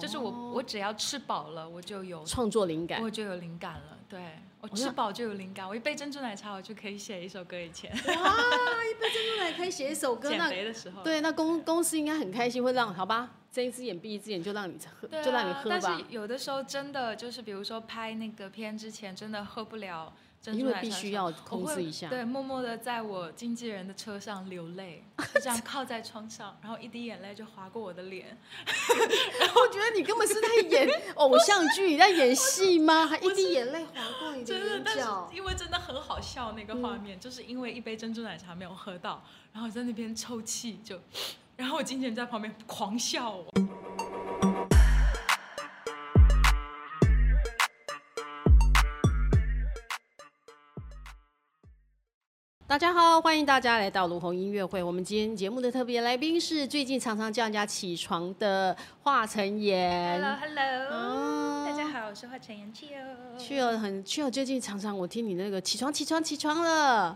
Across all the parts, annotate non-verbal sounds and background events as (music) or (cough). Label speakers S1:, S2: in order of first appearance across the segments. S1: 就是我
S2: 哦
S1: 我只要吃饱了，我就有
S2: 创作灵感。
S1: 我就有灵感了。对我
S2: 哦那
S1: 吃饱就有灵感，我一杯珍珠奶茶我就可以写一首歌。以前
S2: 哇，一杯珍珠奶可以写一首歌，
S1: 减
S2: 那
S1: 肥的时候，啊
S2: 对，那公公司应该很开心，会让好吧，睁一只眼闭一只眼就让你喝，
S1: 对啊
S2: 就让你喝
S1: 但
S2: 吧
S1: 是，有的时候真的就是，比如说拍那个片之前，真的喝不了珍
S2: 因
S1: 珠奶茶的
S2: 为
S1: 时候，
S2: 必须要控
S1: 我
S2: 制
S1: 会
S2: 一下。
S1: 对，默默的在我经纪人的车上流泪，就
S2: (laughs)
S1: 这样靠在窗上，然后一滴眼泪就划过我的脸。
S2: (laughs) 我觉得你根本是在演偶像剧，你在演戏吗？还一滴眼泪划过你的
S1: (laughs) 真的，
S2: 眼
S1: 但是
S2: 角。
S1: 因为真的很好笑那个画面，就是因为一杯珍珠奶茶没有喝到，然后在那边抽泣就， (sniffs) 然后我经纪人在旁边狂笑我。
S2: 大家好，欢迎大家来到卢红音乐会。我们今天节目的特别来宾是最近常常叫人家起床的华晨妍。
S1: 嗯 Hello，
S2: 啊
S1: 好，我是华晨妍 c h
S2: 去了很去了，最近常常我听你那个起床起床起床了，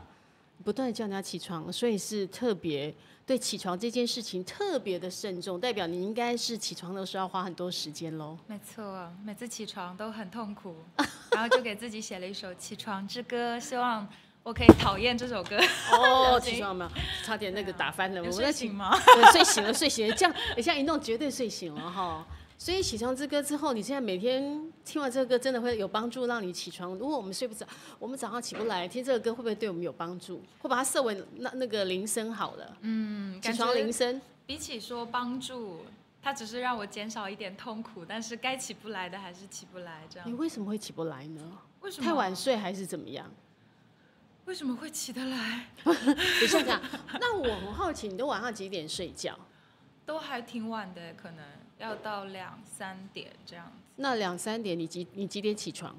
S2: 不断的叫人家起床，所以是特别对起床这件事情特别的慎重，代表你应该是起床的时候要花很多时间
S1: (laughs)
S2: 喽。
S1: 没错，每次起床都很痛苦， (laughs) 然后就给自己写了一首《起床之歌》，希望我可以讨厌这首 (laughs) 歌。
S2: 哦，
S1: 了解
S2: 起床了没有？差点那个打翻了，
S1: 有
S2: (laughs) 我
S1: 睡
S2: 在
S1: 醒
S2: 醒，
S1: (laughs) 吗？
S2: 对睡醒了，睡醒了，这样这样一弄绝对睡醒了哈。所以《起床之歌》之后，你现在每天听完这个歌，真的会有帮助，让你起床。如果我们睡不着，我们早上起不来，听这个歌会不会对我们有帮助？会把它设为那那个铃声好了，
S1: 嗯，
S2: 起
S1: 感
S2: 床
S1: 觉
S2: 铃声。
S1: 比起说帮助，它只是让我减少一点痛苦，但是该起不来的还是起不来，这
S2: 你
S1: 样。
S2: 为什么会起不来呢？
S1: 为什么
S2: 太晚？睡还是怎么样？
S1: 为什么会起得来？
S2: 你想想， (laughs) 那我很好奇，你都晚上几点睡觉？
S1: 都还挺晚的，可能要到两三点这样，
S2: 那两三点你几你几点起床？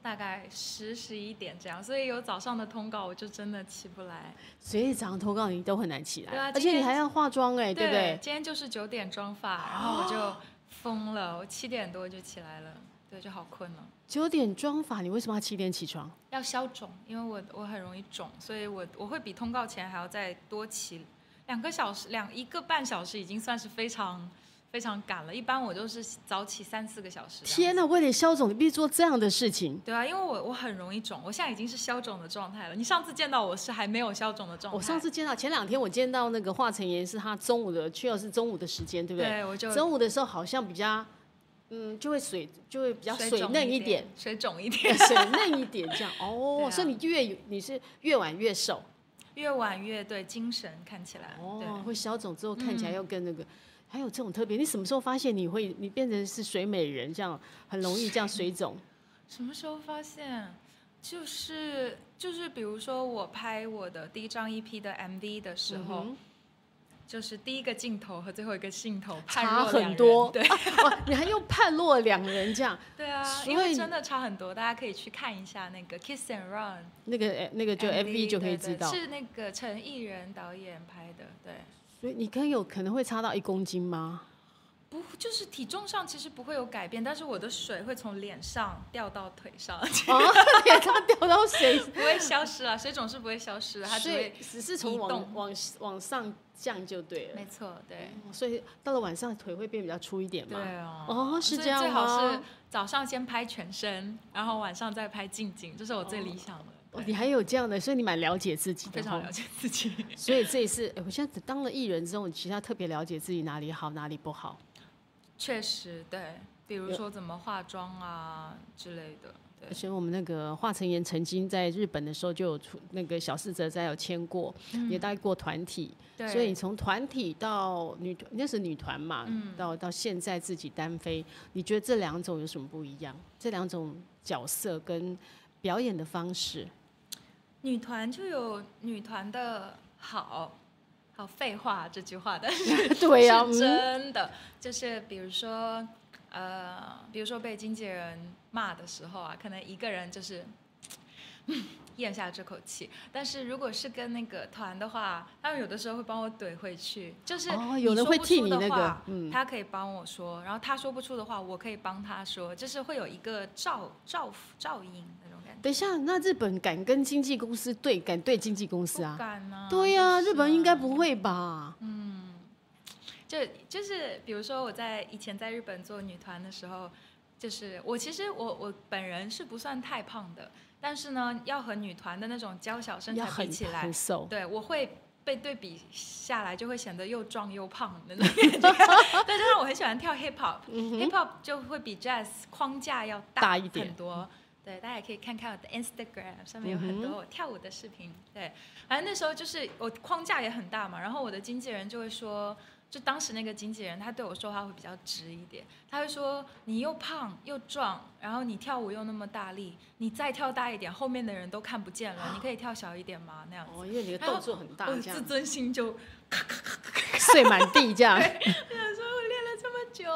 S1: 大概十十一点这样，所以有早上的通告我就真的起不来。
S2: 所以早上通告你都很难起来，
S1: 对啊
S2: 而
S1: 今
S2: 且你
S1: 天
S2: 还要化妆哎、对不对？
S1: 今天就是九点妆发，然后我就疯了，我七点多就起来了，对，就好困了。
S2: 九点妆法，你为什么要七点起床？
S1: 要消肿，因为我我很容易肿，所以我我会比通告前还要再多起两个小时，两一个半小时已经算是非常非常赶了。一般我都是早起三四个小时。
S2: 天！哪，为了消肿，你必须做这样的事情。
S1: 对啊，因为我我很容易肿，我现在已经是消肿的状态了。你上次见到我是还没有消肿的状态。
S2: 我上次见到前两天我见到那个华晨妍是他中午的，去了是中午的时间，对不对？
S1: 对我就
S2: 中午的时候好像比较，嗯，就会水就会比较水
S1: 肿
S2: 嫩
S1: 一
S2: 一点，，
S1: 水肿
S2: (laughs)
S1: 一点。
S2: 水嫩一点这样哦，
S1: (laughs) 对啊
S2: 所以你越你是越晚越瘦
S1: 越晚越对精神看起来。
S2: 哦，
S1: 对，嗯
S2: 会消肿之后看起来又跟那个，还有这种特别，你什么时候发现你会你变成是水美人这样，很容易这样水肿？
S1: 什么时候发现？就是就是，比如说我拍我的第一张 EP 的 MV 的时
S2: 嗯
S1: 候，
S2: 哼
S1: 就是第一个镜头和最后一个镜头 (laughs) 判
S2: 差
S1: 若两
S2: 很
S1: 人
S2: 多，
S1: 对
S2: 啊 (laughs) 哇你还用判若两人这样，
S1: 对啊，
S2: 所
S1: 因为
S2: 以
S1: 真的差很多，大家可以去看一下那个《Kiss and Run
S2: 那个呃那个》就 MV 就可以
S1: 对对
S2: 知道，
S1: 是那个陈艺人导演拍的，对。
S2: 所以你可以有可能会差到一公斤吗？
S1: 不，就是体重上其实不会有改变，但是我的水会从脸上掉到腿上， (laughs)
S2: (laughs) 啊，脸上掉到水，
S1: 不会消失啊，水肿是不会消失的， (laughs) 它只
S2: 所以
S1: 会，
S2: 只是从
S1: 移
S2: 往
S1: 动
S2: 往往上降就对了
S1: 没。错，对。
S2: 哦所以到了晚上腿会变比较粗一点嘛？
S1: 对哦，
S2: 哦是
S1: 所以
S2: 这样
S1: 最好
S2: 吗
S1: 是早上先拍全身，然后晚上再拍近景，这是我最理想的。
S2: 哦
S1: 对，
S2: 你还有这样的，所以你蛮了解自己的
S1: 非
S2: 哈
S1: 常了解自己。 (laughs)
S2: 所以这也是，哎我现在当了艺人之后，你其实要特别了解自己哪里好，哪里不好。
S1: 确实，对，比如说怎么化妆啊之类的。对
S2: 而且我们那个华晨妍曾经在日本的时候就有出那个小四哲哉有签过，也带过团体，
S1: 嗯对，
S2: 所以你从团体到女团，那是女团嘛，
S1: 嗯
S2: 到到现在自己单飞，你觉得这两种有什么不一样？这两种角色跟表演的
S1: (laughs)
S2: 方式，
S1: 女团就有女团的好，好废话这句话，但是
S2: 对呀、
S1: 是
S2: 嗯，
S1: 真的，就是比如说，呃，比如说被经纪人骂的时候啊，可能一个人就是。咽下这口气，但是如果是跟那个团的话，他们有的时候会帮我怼回去，就是
S2: 哦
S1: 你
S2: 有人
S1: 说
S2: 会
S1: 不
S2: 替
S1: 出
S2: 你
S1: 的
S2: 那个
S1: 话
S2: 嗯
S1: 他可以帮我说，然后他说不出的话，我可以帮他说，就是会有一个照照照应那种感觉。
S2: 等一下，那日本敢跟经纪公司对，敢对经纪公司
S1: 不
S2: 啊？
S1: 敢啊
S2: 对呀、
S1: 就是
S2: 日本应该不会吧？
S1: 就就是比如说我在以前在日本做女团的时候，就是我其实我我本人是不算太胖的，但是呢，要和女团的那种娇小身
S2: 要
S1: 材
S2: 很
S1: 比起来
S2: 很，瘦，
S1: 对我会。被对比下来，就会显得又壮又胖的那
S2: (laughs)
S1: 种感觉。对，就是我很喜欢跳 hip hop，
S2: 嗯哼
S1: hip hop 就会比 jazz 框架要
S2: 大一点
S1: 很多。对，大家也可以看看我的 Instagram，上面有很
S2: 嗯哼
S1: 多我跳舞的视频。对，反正那时候就是我框架也很大嘛，然后我的经纪人就会说，就当时那个经纪人他对我说话会比较直一点，他会说你又胖又壮，然后你跳舞又那么大力，你再跳大一点，后面的人都看不见
S2: (gasps)
S1: 了，你可以跳小一点吗？那样子，
S2: 哦，因为你的动作很大
S1: 我，
S2: 这
S1: 哦自
S2: 样
S1: 尊心就
S2: (laughs) 碎满
S1: (laughs)
S2: 地这样，
S1: 想说我练了这么久，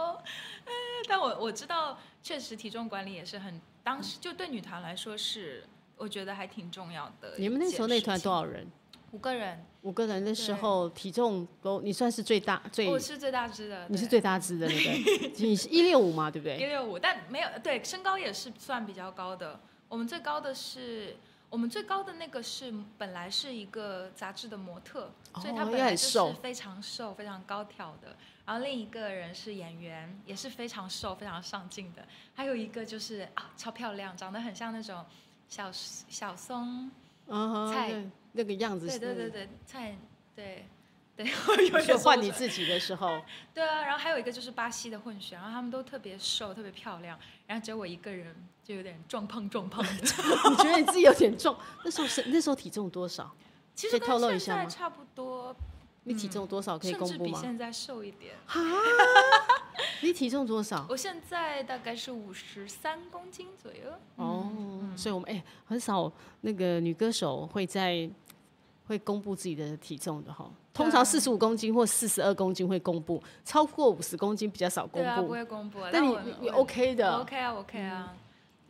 S1: 哎，但我我知道，确实体重管理也是很，当时就对女团来说是，我觉得还挺重要的。
S2: 你们那时候那团多？少人？
S1: 五个人，
S2: 五个人的时候，体重都你算是最大最，
S1: 我哦是最大只的，
S2: 你是最大只的对不对？你是一六五嘛，对不
S1: (laughs) 一
S2: 对？
S1: 六五，但没有对身高也是算比较高的。我们最高的是。我们最高的那个是本来是一个杂志的模特，
S2: 哦
S1: 所以她
S2: 因为
S1: 本来
S2: 很
S1: 就是
S2: 瘦
S1: 非常瘦、非常高挑的。然后另一个人是演员，也是非常瘦、非常上镜的。还有一个就是啊，超漂亮，长得很像那种小小松，
S2: 嗯哼，
S1: 菜
S2: 那那个样子
S1: 对
S2: 是，
S1: 对对对，蔡对对， (laughs) 我有点
S2: (laughs) 就换你
S1: 说不出来
S2: 自己的时候，
S1: 对啊，然后还有一个就是巴西的混血，然后他们都特别瘦，特别漂亮，然后只有我一个人就有点壮胖壮胖
S2: (laughs)
S1: 的。
S2: 你觉得你自己有点重。那时候是那时候体重多少？
S1: 其
S2: 可
S1: 实
S2: 以透露
S1: 跟
S2: 一
S1: 现
S2: 下
S1: 在
S2: 吗
S1: 差不多，
S2: 你体重多少可以
S1: 嗯甚
S2: 公
S1: 至
S2: 布
S1: 比
S2: 吗？
S1: 现在瘦一点。
S2: 啊，你体重多少？
S1: 我现在大概是五十三公斤左右。
S2: 哦，
S1: 嗯
S2: 所以我们哎、很少那个女歌手会在会公布自己的体重的哈。
S1: 啊
S2: 通常四十五公斤或四十二公斤会公布，超过五十公斤比较少公
S1: 对啊，不
S2: 布。
S1: 会公布啊。
S2: 但你
S1: 我
S2: 你
S1: 我
S2: OK
S1: 我
S2: 的，嗯
S1: OK 啊，OK 啊。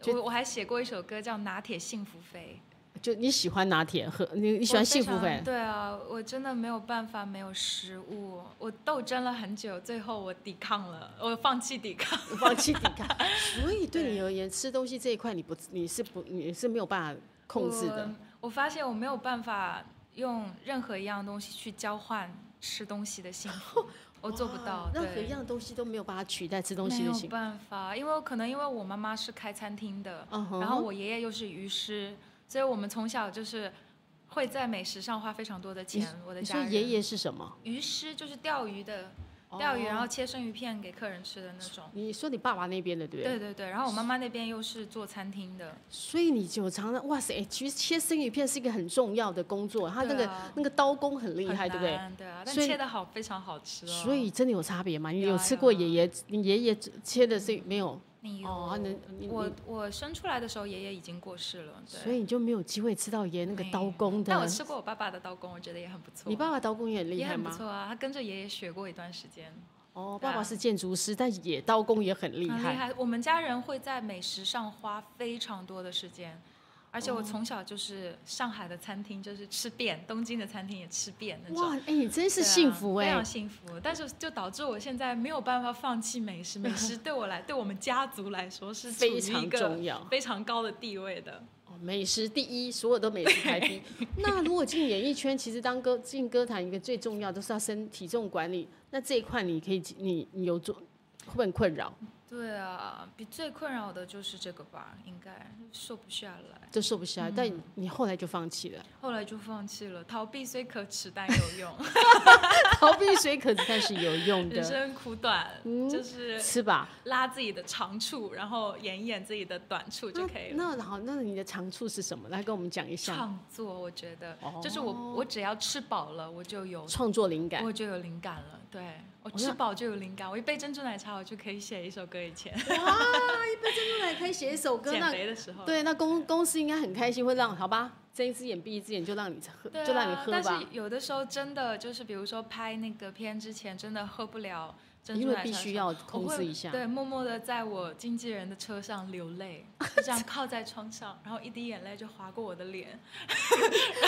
S2: 就
S1: 我我还写过一首歌叫《拿铁幸福肥》，
S2: 就你喜欢拿铁喝，你你喜欢
S1: 我非
S2: 幸福
S1: 常
S2: 肥，
S1: 对啊，我真的没有办法没有食物，我斗争了很久，最后我抵抗了，我放弃抵抗。
S2: (laughs) 放弃抵
S1: (laughs)
S2: 抗。所以对你而言，吃东西这一块你不你是不你是没有办法控制的。
S1: 我。我发现我没有办法用任何一样东西去交换吃东西的幸
S2: (laughs)
S1: 福，我做不到
S2: 哇。啊任何
S1: 对
S2: 一样东西都没有办法取代吃东西
S1: 没
S2: 的
S1: 有
S2: 幸福。
S1: 办法，因为可能因为我妈妈是开餐厅的，
S2: 嗯哼
S1: 然后我爷爷又是鱼师，所以我们从小就是会在美食上花非常多的
S2: 你
S1: 钱。我的
S2: 你
S1: 家
S2: 说
S1: 人
S2: 爷爷是什么？
S1: 鱼师就是钓鱼的，钓鱼
S2: 哦
S1: 然后切生鱼片给客人吃的那种。
S2: 你说你爸爸那边的对不对？
S1: 对对对，然后我妈妈那边又是做餐厅的，
S2: 所以你就常常哇塞，其实切生鱼片是一个很重要的工作，它那
S1: 对
S2: 个、
S1: 啊
S2: 那个刀工很厉
S1: 很
S2: 害，对不对？
S1: 难？对啊，但
S2: 所以
S1: 切的好，非常好吃哦。
S2: 所以真的有差别吗？你
S1: 有啊
S2: 有吃过
S1: 有啊嗯
S2: 爷爷你爷爷切的这没有？
S1: 你有
S2: 哦，他能你
S1: 我
S2: 你，
S1: 我生出来的时候，爷爷已经过世了，对。
S2: 所以你就没有机会吃到爷爷那个
S1: 没
S2: 刀工
S1: 但我
S2: 的。
S1: 吃过我爸爸的刀工，我觉得也很不错。
S2: 你爸爸刀工也很厉
S1: 也
S2: 害
S1: 很不
S2: 吗？
S1: 错啊，他跟着爷爷学过一段时间，
S2: 哦，
S1: 对
S2: 爸
S1: 啊
S2: 爸是建筑师，但也刀工也很厉
S1: 很
S2: 害。
S1: 厉害。我们家人会在美食上花非常多的时间，而
S2: 哦
S1: 且我从小就是上海的餐厅就是吃遍，东京的餐厅也吃遍那种。
S2: 哇，哎、你真是
S1: 对啊
S2: 幸福哎、
S1: 非常幸福。但是就导致我现在没有办法放弃美食，美
S2: (laughs)
S1: 食对我来，对我们家族来说是处于
S2: 非常
S1: 一个
S2: 重要
S1: 非常高的地位的。
S2: 哦美食第一，所有的美食
S1: (laughs)
S2: 排第一。那如果进演艺圈，其实当歌进歌坛一个最重要都是要身体重管理。那这一块你可以，你你有做会不会很困扰？
S1: 对啊，比最困扰的就是这个吧，应该瘦不下来。
S2: 就瘦不下来，
S1: 嗯
S2: 但你后来就放弃了。 (laughs)
S1: 后来就放弃了，逃避虽可耻，但有用。
S2: 逃避水可是但是有用
S1: 人
S2: 的，嗯
S1: 生苦短，就是
S2: 吃吧。
S1: 拉自己的长处，然后演一演自己的短处就可以了。
S2: 那那好，那你的长处是什么？来跟我们讲一下。
S1: 创作，我觉得、
S2: 嗯哦
S1: 就是我，我只要吃饱了，我就有，
S2: 创作灵感，哦
S1: 我就有灵感了。对我
S2: 那
S1: 吃饱就有灵感，我一杯珍珠奶茶，我就可以写一首歌。以前
S2: 真的可以写一首歌。
S1: 减
S2: 那
S1: 肥的时候，
S2: 对，那公公司应该很开心，会让好吧，睁一只眼闭一只眼就让你喝，
S1: 对啊，
S2: 就让你喝吧。
S1: 但是有的时候真的就是，比如说拍那个片之前，真的喝不了珍
S2: 因
S1: 珠
S2: 为
S1: 奶茶
S2: 必
S1: 的时候，
S2: 须要控
S1: 我会
S2: 制一下。
S1: 对，默默的在我经纪人的车上流泪，就
S2: (laughs)
S1: 这样靠在窗上，然后一滴眼泪就划过我的脸。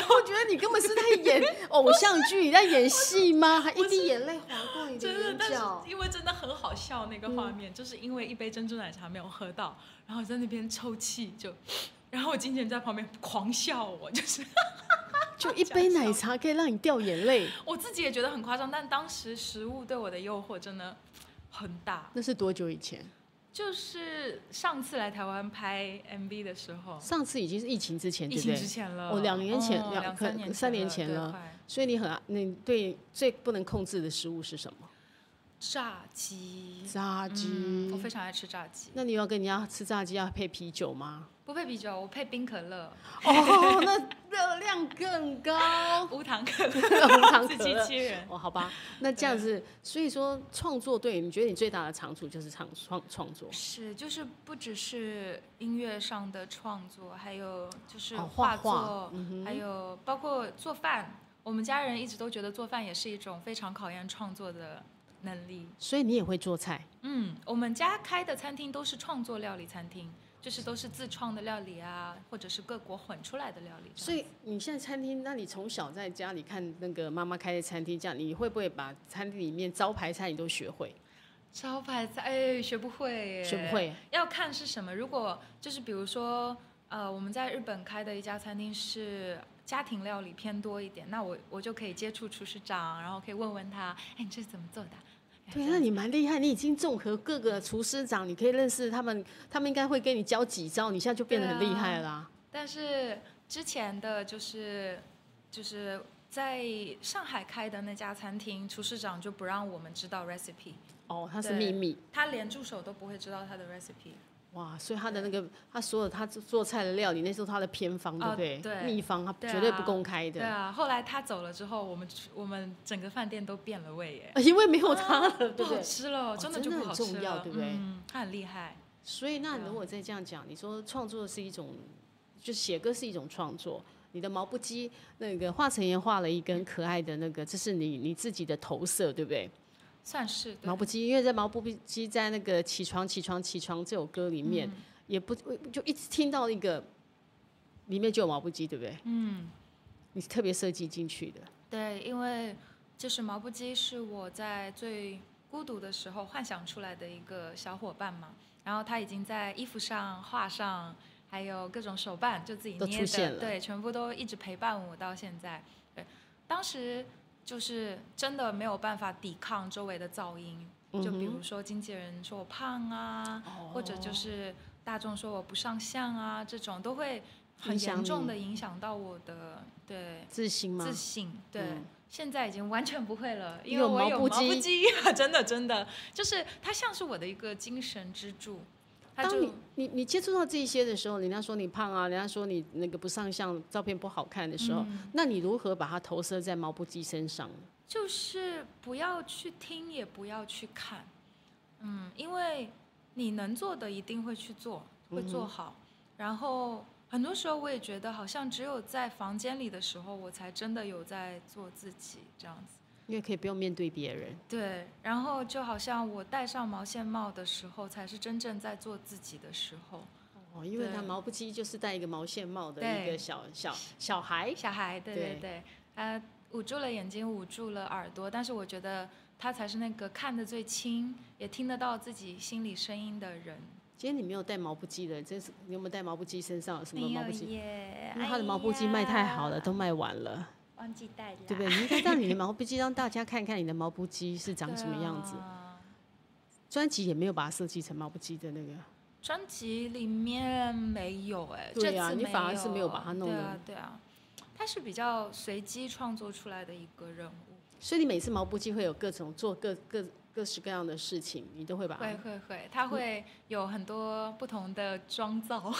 S2: 我觉得你根本是在演
S1: (laughs)
S2: 偶像剧，你在演戏吗？还一滴眼泪嗯滑过你的
S1: 真的，
S2: 眼
S1: 但
S2: 角
S1: 是。因为真的很好笑那个画面，就是因为一杯珍珠奶茶没有喝到，然后在那边抽泣就，然后我经纪人在旁边狂笑我，就是
S2: 就一杯奶茶可以让你掉眼泪，
S1: 我自己也觉得很夸张，但当时食物对我的诱惑真的很大。
S2: 那是多久以前？
S1: 就是上次来台湾拍 MV 的时候，
S2: 上次已经是疫情之前，
S1: 疫
S2: 对不
S1: 情之
S2: 对？
S1: 前了，
S2: 哦两年前
S1: 哦
S2: 两
S1: 两
S2: 可
S1: 三年
S2: 三年前
S1: 对
S2: 了
S1: 快
S2: 所以你很爱你对最不能控制的食物是什么？
S1: 炸鸡，
S2: 炸鸡。
S1: 嗯我非常爱吃炸鸡，
S2: 那你要跟人家吃炸鸡要配啤酒
S1: (laughs)
S2: 吗？
S1: 不配啤酒，我配冰可乐，
S2: 哦，那热量更高，
S1: 无糖可乐，
S2: 哦无糖
S1: 自
S2: 可
S1: 欺
S2: 乐。
S1: 欺人。
S2: 哦，好吧，那这样子，所以说创作对你，你觉得你最大的长处就是创创创作，
S1: 是，就是不只是音乐上的创作，还有就是
S2: 哦
S1: 画作，
S2: 画嗯哼
S1: 还有包括做饭。我们家人一直都觉得做饭也是一种非常考验创作的能力。
S2: 所以你也会做菜，
S1: 嗯，我们家开的餐厅都是创作料理餐厅，就是都是自创的料理啊，或者是各国混出来的料理这样。
S2: 所以你现在餐厅，那你从小在家里看那个妈妈开的餐厅，这样你会不会把餐厅里面招牌菜你都学会？
S1: 招牌菜哎，学不会耶，
S2: 学不会，啊
S1: 要看是什么。如果就是比如说，呃，我们在日本开的一家餐厅是家庭料理偏多一点，那我我就可以接触厨师长，然后可以问问他，哎，你这是怎么做的啊？哎
S2: 对，
S1: 这
S2: 那你蛮厉害，你已经综合各个厨师长，你可以认识他们，他们应该会跟你教几招，你现在就变得很厉害啊啦、
S1: 但是之前的就是就是在上海开的那家餐厅，厨师长就不让我们知道 recipe，
S2: 哦，它是
S1: 对
S2: 秘密，
S1: 他连助手都不会知道他的 recipe。
S2: 哇，所以他的那个他所有他做菜的料理，那时候他的偏方，对
S1: 哦
S2: 不对？
S1: 对
S2: 秘方他
S1: 对啊
S2: 绝对不公开
S1: 对
S2: 的，
S1: 啊，后来他走了之后，我们我们整个饭店都变了味耶。
S2: 因为没有他了，对
S1: 不
S2: 不
S1: 好
S2: 对？
S1: 吃了，
S2: 哦
S1: 真的
S2: 真
S1: 就
S2: 的
S1: 不
S2: 很
S1: 好吃
S2: 重
S1: 了。
S2: 要对不对
S1: 嗯，他很厉害。
S2: 所以，那
S1: 对啊
S2: 如果再这样讲，你说创作是一种，就是写歌是一种创作。你的毛不羁那个华晨也画了一根可爱的那个，这是你你自己的投射，对不对？
S1: 算是对
S2: 毛不羁，因为在毛不羁在那个起床起床起床这首歌里面，也不就一直听到一个里面就有毛不羁，对不对？嗯，你特别设计进去的，
S1: 对，因为就是毛不羁是我在最孤独的时候幻想出来的一个小伙伴嘛，然后他已经在衣服上、画上，还有各种手办，就自己
S2: 都
S1: 捏
S2: 出现
S1: 的，
S2: 了
S1: 对，全部都一直陪伴我到现在。对，当时就是真的没有办法抵抗周围的噪音，
S2: 嗯
S1: 就比如说经纪人说我胖啊，或者
S2: 哦
S1: 就是大众说我不上相啊，这种都会很
S2: 影响
S1: 严重
S2: 你
S1: 的影响到我的对
S2: 自信吗
S1: 自？信。对，
S2: 嗯
S1: 现在已经完全不会
S2: (laughs)
S1: 了，
S2: 你
S1: 因为
S2: 有
S1: 我
S2: 毛
S1: 有
S2: 不
S1: 毛不
S2: 羁
S1: 羁， (laughs) 真的真的，就是它像是我的一个精神支柱。它
S2: 当你
S1: 就
S2: 你你接触到这些的时候，人家说你胖啊，人家说你那个不上相，照片不好看的时候，
S1: 嗯
S2: 那你如何把它投射在毛不羁身上？
S1: 就是不要去听，也不要去看，嗯，因为你能做的一定会去做，会做
S2: 嗯
S1: 好。然后很多时候我也觉得，好像只有在房间里的时候，我才真的有在做自己这样子。
S2: 因为可以不用面对别人，
S1: 对，然后就好像我戴上毛线帽的时候，才是真正在做自己的时候。
S2: 哦，因为
S1: 对
S2: 他毛不羁就是戴一个毛线帽的
S1: 对
S2: 一个小小小孩，
S1: 哎小孩，对对
S2: 对
S1: 对，他捂住了眼睛，捂住了耳朵，但是我觉得他才是那个看得最清，也听得到自己心里声音的人。
S2: 今天你没有带毛不羁的，真是你有没有带毛不羁？身上有什么
S1: 没
S2: 毛
S1: 有
S2: 不羁？
S1: 耶，
S2: 因为他的毛不
S1: 哎
S2: 羁
S1: 呀
S2: 卖太好了，，都卖完了，
S1: 忘记带了，
S2: 对不对？你应该让你的毛不羁，让大家看看你的毛不羁是长什么样子
S1: 对。啊
S2: 专辑也没有把它设计成毛不羁的那个，
S1: 专辑里面没有哎，
S2: 对啊
S1: 这次
S2: 你反而是没有把它弄
S1: 对
S2: 得
S1: 啊对啊，他是比较随机创作出来的一个人物，
S2: 所以你每次毛不羁会有各种做各各各式各样的事情，你都会把它
S1: 会会会，他会有很多不同的妆造。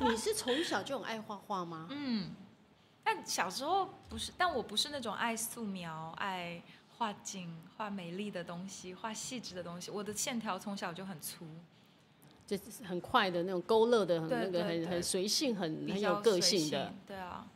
S2: 你是从小就很爱画画吗？
S1: 嗯，但小时候不是，但我不是那种爱素描、爱画景、画美丽的东西、画细致的东西。我的线条从小就很粗，
S2: 就是很快的那种勾勒的，很
S1: 对
S2: 那个
S1: 对
S2: 很
S1: 对
S2: 很随性，嗯很
S1: 比
S2: 很
S1: 较
S2: 有个
S1: 随
S2: 性的。。
S1: 对啊，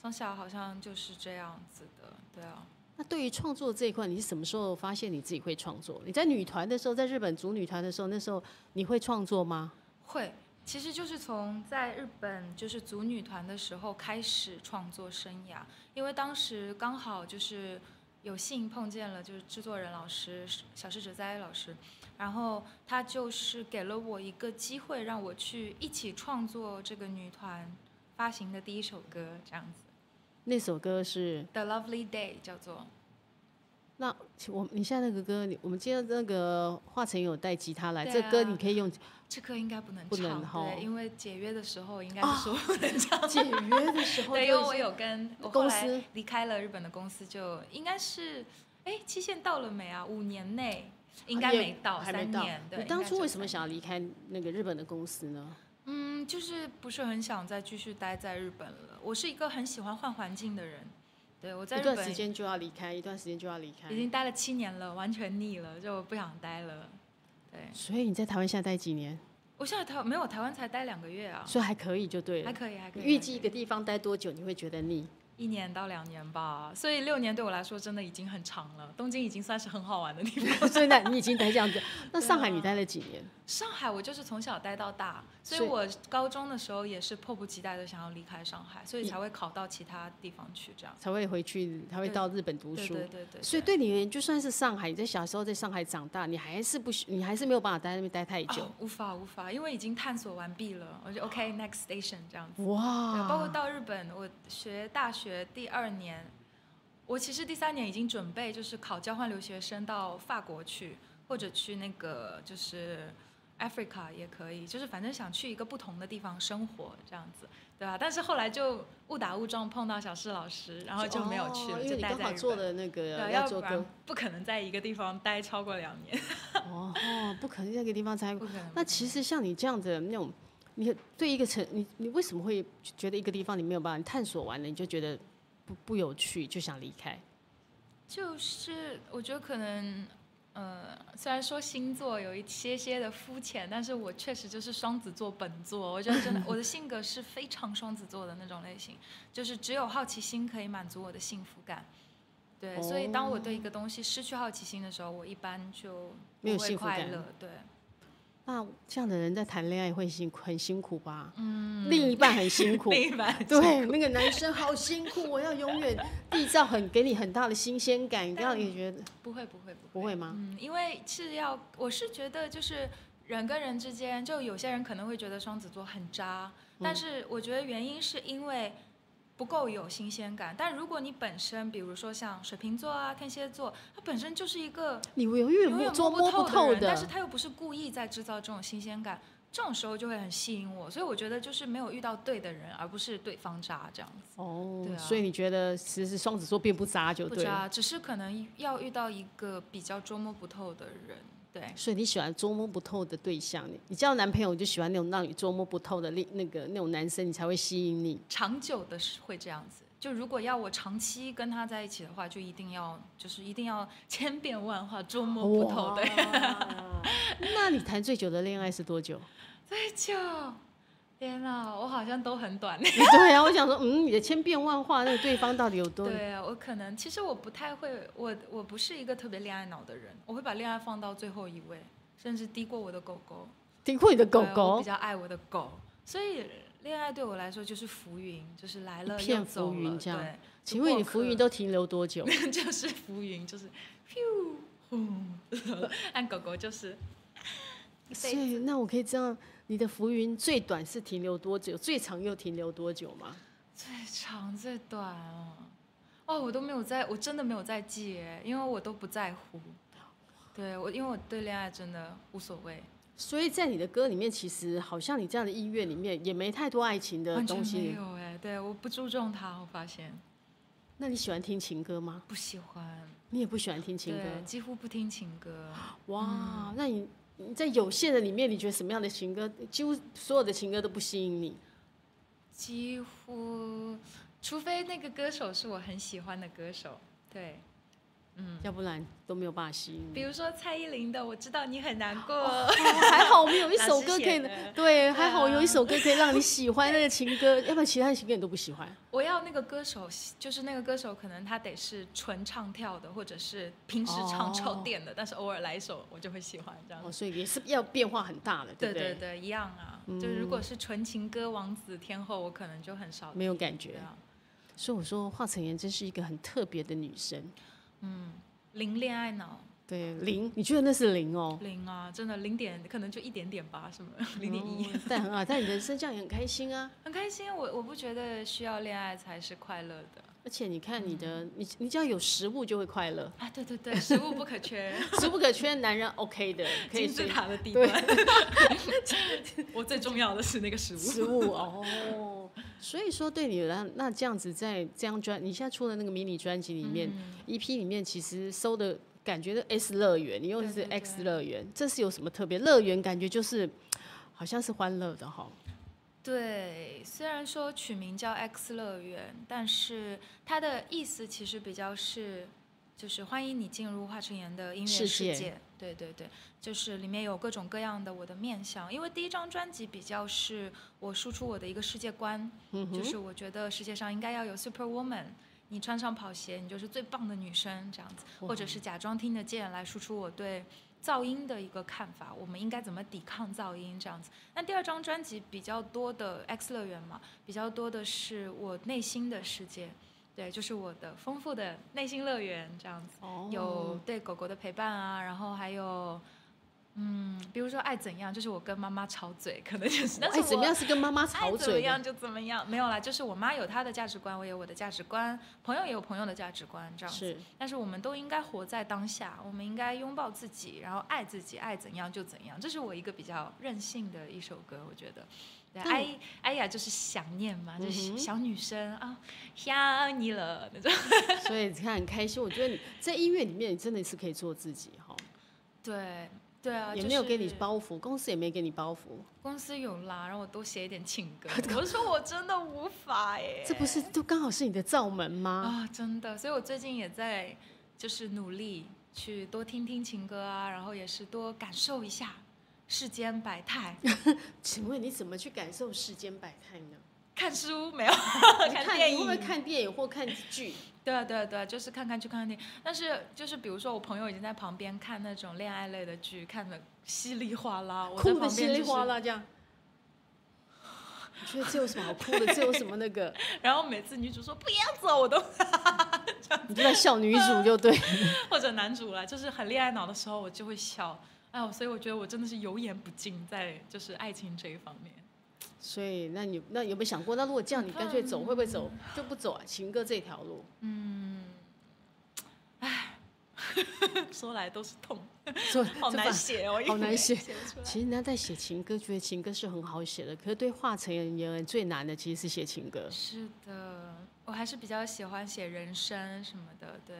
S1: 从小好像就是这样子的。对啊，
S2: 那对于创作这一块，你是什么时候发现你自己会创作？你在女团的时候，在日本组女团的时候，那时候你会创作吗？
S1: 会。其实就是从在日本就是组女团的时候开始创作生涯，因为当时刚好就是有幸碰见了就是制作人老师小石哲哉老师，然后他就是给了我一个机会，让我去一起创作这个女团发行的第一首歌，这样子。
S2: 那首歌是
S1: The Lovely Day 叫做，
S2: 那我你现在那个歌，你我们今天那个华晨有带吉他来，
S1: 对
S2: 这歌
S1: 啊
S2: 你可
S1: (laughs)
S2: 以用
S1: 这歌应该不能
S2: 不能
S1: 唱，
S2: 吼哦
S1: 对，因为解约的时候应该是说不能唱。
S2: 解约的时候都已
S1: 对，
S2: 经，
S1: 因为我有跟我后
S2: 公
S1: 来
S2: 司
S1: 离开了日本的公司就，应该是，哎，期限到了没啊？五年内应该
S2: 啊也
S1: 没到，
S2: 还没
S1: 三
S2: 到
S1: 年。对，
S2: 你
S1: 应
S2: 当
S1: 该
S2: 初
S1: 就
S2: 为什么
S1: 三
S2: 想要离开那个日本的公司呢？
S1: 嗯，就是不是很想再继续待在日本了。我是一个很喜欢换环境的人，对我在
S2: 一
S1: 日
S2: 段时
S1: 本
S2: 间就要离开，一段时间就要离开
S1: 已。经待了七年了，完全腻了，就不想待了。对
S2: 所以你在台湾现在待几年？
S1: 我现在台没有台湾才待两个月啊，
S2: 所以还可以就对
S1: 还
S2: 了。
S1: 可以，还可
S2: 你
S1: 以。
S2: 预
S1: 还
S2: 计
S1: 可
S2: 一
S1: 以
S2: 个地方待多久你会觉得腻？ (laughs)
S1: 一年到两年吧，所以六年对我来说真的已经很长了。东京已经算是很好玩的地方。
S2: 所以那你已经待这
S1: (laughs)
S2: 样子，那
S1: 对
S2: 上海
S1: 啊
S2: 你待了几年？
S1: 上海我就是从小待到大，所以
S2: 所以
S1: 我高中的时候也是迫不及待的想要离开上海，所以
S2: 你
S1: 才会考到其他地方去这样。
S2: 才会回去，才会
S1: 对
S2: 到日本读
S1: 对
S2: 书。
S1: 对对对，
S2: 所以对你而言，就算是上海，你在小时候在上海长大，你还是不喜，你还是没有办法待在那边待太久
S1: 哦。、无法无法，因为已经探索完毕了，我就 OK next station 这样子。对，包括
S2: 哇！
S1: 到日本，我学大学第二年，我其实第三年已经准备就是考交换留学生到法国去，或者去那个就是 Africa 也可以，就是反正想去一个不同的地方生活这样子，对吧？但是后来就误打误撞碰到小施老师，然后就没有去
S2: 哦
S1: 了，
S2: 因为
S1: 就
S2: 你
S1: 待
S2: 刚
S1: 在
S2: 好
S1: 日
S2: 做
S1: 本。
S2: 了那个
S1: 对，
S2: 要
S1: 要
S2: 做
S1: 不
S2: 歌
S1: 然，不可能在一个地方待超过两年，
S2: 哦，不可能在一个地方才
S1: 不可能。
S2: 嗯那其实像你这样的那种，你对一个城，你你为什么会觉得一个地方你没有办法你探索完了，你就觉得不不有趣，就想离开？
S1: 就是我觉得可能，呃，虽然说星座有一些些的肤浅，但是我确实就是双子座本座。我觉得真的，我的性格是非常双子座的那种类型，就是只有好奇心可以满足我的幸福感。对，所以当我对一个东西失去好奇心的时候，我一般就
S2: 哦没有
S1: 不会
S2: 幸福
S1: 快
S2: 感
S1: 乐。对，
S2: 那这样的人在谈恋爱会辛很辛苦吧？嗯，另一半很辛
S1: (laughs)
S2: 苦。
S1: 另一半
S2: 对，那个男生好辛苦，我要永远缔造很给你很大的新鲜感，
S1: 但
S2: 让你觉得
S1: 不会不会不会
S2: 不会吗？
S1: 嗯，因为是要，我是觉得就是人跟人之间，就有些人可能会觉得双子座很渣，但
S2: 嗯
S1: 是我觉得原因是因为不够有新鲜感。但如果你本身，比如说像水瓶座啊、天蝎座，它本身就是一个
S2: 你永远
S1: 永远
S2: 捉摸
S1: 不透
S2: 不透
S1: 的人，但是他又不是故意在制造这种新鲜感。这种时候就会很吸引我，所以我觉得就是没有遇到对的人，而不是对方渣这样子。
S2: 哦
S1: 对，啊
S2: 所以你觉得其实双子座并不渣就
S1: 不
S2: 对了。
S1: 渣，只是可能要遇到一个比较捉摸不透的人。对，
S2: 所以你喜欢捉摸不透的对象，你你交男朋友你就喜欢那种让你捉摸不透的另那个那种男生，你才会吸引你。
S1: 长久的是会这样子。就如果要我长期跟他在一起的话，就一定要就是一定要 (laughs) 千变万化、捉摸不透的。 (laughs) 哦
S2: 哇 (laughs) 那你谈最久的恋爱是多久？
S1: 对，就天哪，我好像都很短。
S2: 对啊，我想说，嗯，你的千变万化，那个对方到底有多？
S1: 对啊我可能其实我不太会，我我不是一个特别恋爱脑的人，我会把恋爱放到最后一位，甚至低过我的狗狗。
S2: 听过你的狗
S1: 对啊我
S2: 狗
S1: 比，较爱我的狗，所以恋爱对我来说就是浮云，就是来了
S2: 一片
S1: 又走
S2: 浮云
S1: 了
S2: 这样
S1: 对，
S2: 请问你浮
S1: 都。
S2: 云都停留多久？
S1: (laughs) 就是浮云，就是咻，轰，按狗狗就是
S2: 所以那我可以这样，你的浮云最短是停留多久？最长又停留多久吗？
S1: 最哎长最短哦。哦，我都没有在，我真的没有在记耶，因为我都不在乎。对我，因为我对恋爱真的无所谓，
S2: 所以在你的歌里面，其实好像你这样的音乐里面也没太多爱情的
S1: 完全
S2: 东
S1: 没
S2: 西。
S1: 有哎。对，我不注重它，我发现
S2: 那你喜欢听情歌吗？
S1: 不喜欢，
S2: 你也不喜欢啊听情歌
S1: 对，几乎不听情歌。嗯
S2: 哇？那你你在有限的里面，你觉得什么样的情歌，几乎所有的情歌都不吸引你？
S1: 几乎，除非那个歌手是我很喜欢的歌手，对，嗯
S2: 要不然都没有办法吸引
S1: 比
S2: 你。
S1: 如说蔡依林的《我知道你很难过》
S2: 哦还好我们有一首歌可以
S1: (laughs) 老师写的，啊
S2: 对，还好有一首歌可以让你喜
S1: (laughs)
S2: 欢那个情歌，要不然其他的情歌你都不喜欢。
S1: 我要那个歌手，就是那个歌手，可能他得是纯唱跳的，或者是平时唱超电的，但是偶尔来一首，我就会喜欢这样。
S2: 哦，所以也是要变化很大的，
S1: 对嗯
S2: 不
S1: 对对，一样啊。
S2: 嗯
S1: 就如果是纯情歌王子天后，我可能就很少
S2: 没有感觉
S1: 对。啊。
S2: 所以我说，华晨妍真是一个很特别的女生。
S1: 零恋爱脑，
S2: 对，零，你觉得那是零哦？
S1: 零啊，真的零点，可能就一点点吧，什么 (laughs) 零点一，
S2: 哦，但很好，但你人生这样也很开心啊。
S1: 很开心。我我不觉得需要恋爱才是快乐的，
S2: 而且你看你
S1: 嗯
S2: 的，你你只要有食物就会快乐，
S1: 啊，对对对，食物不可缺，
S2: 食不可缺，男人 OK 的， (laughs) 可以
S1: 金字
S2: 随
S1: 塔的底
S2: 对
S1: 端。 (laughs) 我最重要的是那个食物。
S2: 食物哦。 (laughs) 所以说对你来，那这样子在这张专，你现在出的那个迷你专辑里
S1: 嗯
S2: 面、e p 里面其实搜的感觉的 S 乐园，你用的是
S1: 对对对
S2: X 乐园，这是有什么特别？乐园感觉就是好像是欢乐的哈，
S1: 对，虽然说取名叫 X 乐园，但是它的意思其实比较是，就是欢迎你进入华晨妍的音乐
S2: 世
S1: 世
S2: 界
S1: 对对对，就是里面有各种各样的我的面相，因为第一张专辑比较是我输出我的一个世界观，
S2: 嗯哼
S1: 就是我觉得世界上应该要有 Super Woman。你穿上跑鞋，你就是最棒的女生，这样子，
S2: 哇
S1: 或者是假装听得见来输出我对噪音的一个看法，我们应该怎么抵抗噪音这样子。那第二张专辑比较多的 X 乐园嘛，比较多的是我内心的世界，对，就是我的丰富的内心乐园这样子，
S2: 哦
S1: 有对狗狗的陪伴啊，然后还有。嗯，比如说爱怎样，就是我跟妈妈吵嘴，可能就是，但是
S2: 哦爱哎怎么
S1: 我
S2: 样是跟妈妈
S1: 爱怎
S2: 吵
S1: 么
S2: 嘴的
S1: 样就怎么样，没有啦，就是我妈有她的价值观，我有我的价值观，朋友也有朋友的价值观，这样子。
S2: 是
S1: 但是我们都应该活在当下，我们应该拥抱自己，然后爱自己，爱怎样就怎样。这是我一个比较任性的一首歌，我觉得。对，
S2: 但
S1: 哎哎呀，就是想念嘛，就
S2: 嗯
S1: 是
S2: 哼
S1: 小女生啊，想你了那种。
S2: 所以你看很开心。我觉得你在音乐里面，你真的是可以做自己哈，
S1: 对对啊，
S2: 也
S1: 就
S2: 没有
S1: 是
S2: 给你包袱，公司也没给你包袱，
S1: 公司有啦，让我多写一点情
S2: (laughs)
S1: 歌。我是说我真的无法耶，
S2: 这不是就刚好是你的罩门吗？
S1: 啊，真的。所以我最近也在就是努力去多听听情歌啊，然后也是多感受一下世间百
S2: (laughs)
S1: 态。
S2: 请问你怎么去感受世间百态呢？
S1: 看书没有？(laughs)
S2: 你
S1: 看
S2: 电
S1: 电
S2: 影，
S1: 影
S2: 你会不会看电影或看剧？
S1: 对啊对啊对啊，就是看看去看看电影。但是就是比如说，我朋友已经在旁边看那种恋爱类的剧，看的稀里哗啦，我在
S2: 哭的
S1: 旁
S2: 稀
S1: 边、就是、
S2: 里哗。啦
S1: (laughs)
S2: 这样。我觉得这有什么好哭的？这有什么那个？
S1: 然后每次女主说不要走，我都
S2: 你就在笑女主就对。
S1: 或者男主啦，就是很恋爱脑的时候，我就会笑。哎呦，所以我觉得我真的是油盐不进在就是爱情这一方面。 (laughs)
S2: 所以，那你那有没有想过，那如果这样，你干脆
S1: 嗯
S2: 走，会不会走就不走啊？情歌这条路，
S1: 说来都是痛，
S2: 所以
S1: (laughs) 好
S2: 这
S1: 难
S2: 把
S1: 写哦，一
S2: 好难
S1: 点
S2: 写
S1: (laughs) 写不出来。
S2: 其实人家在写情歌，觉得情歌是很好写的，可是对华晨妍言最难的其实是写情歌。
S1: 是的，我还是比较喜欢写人生什么的，对。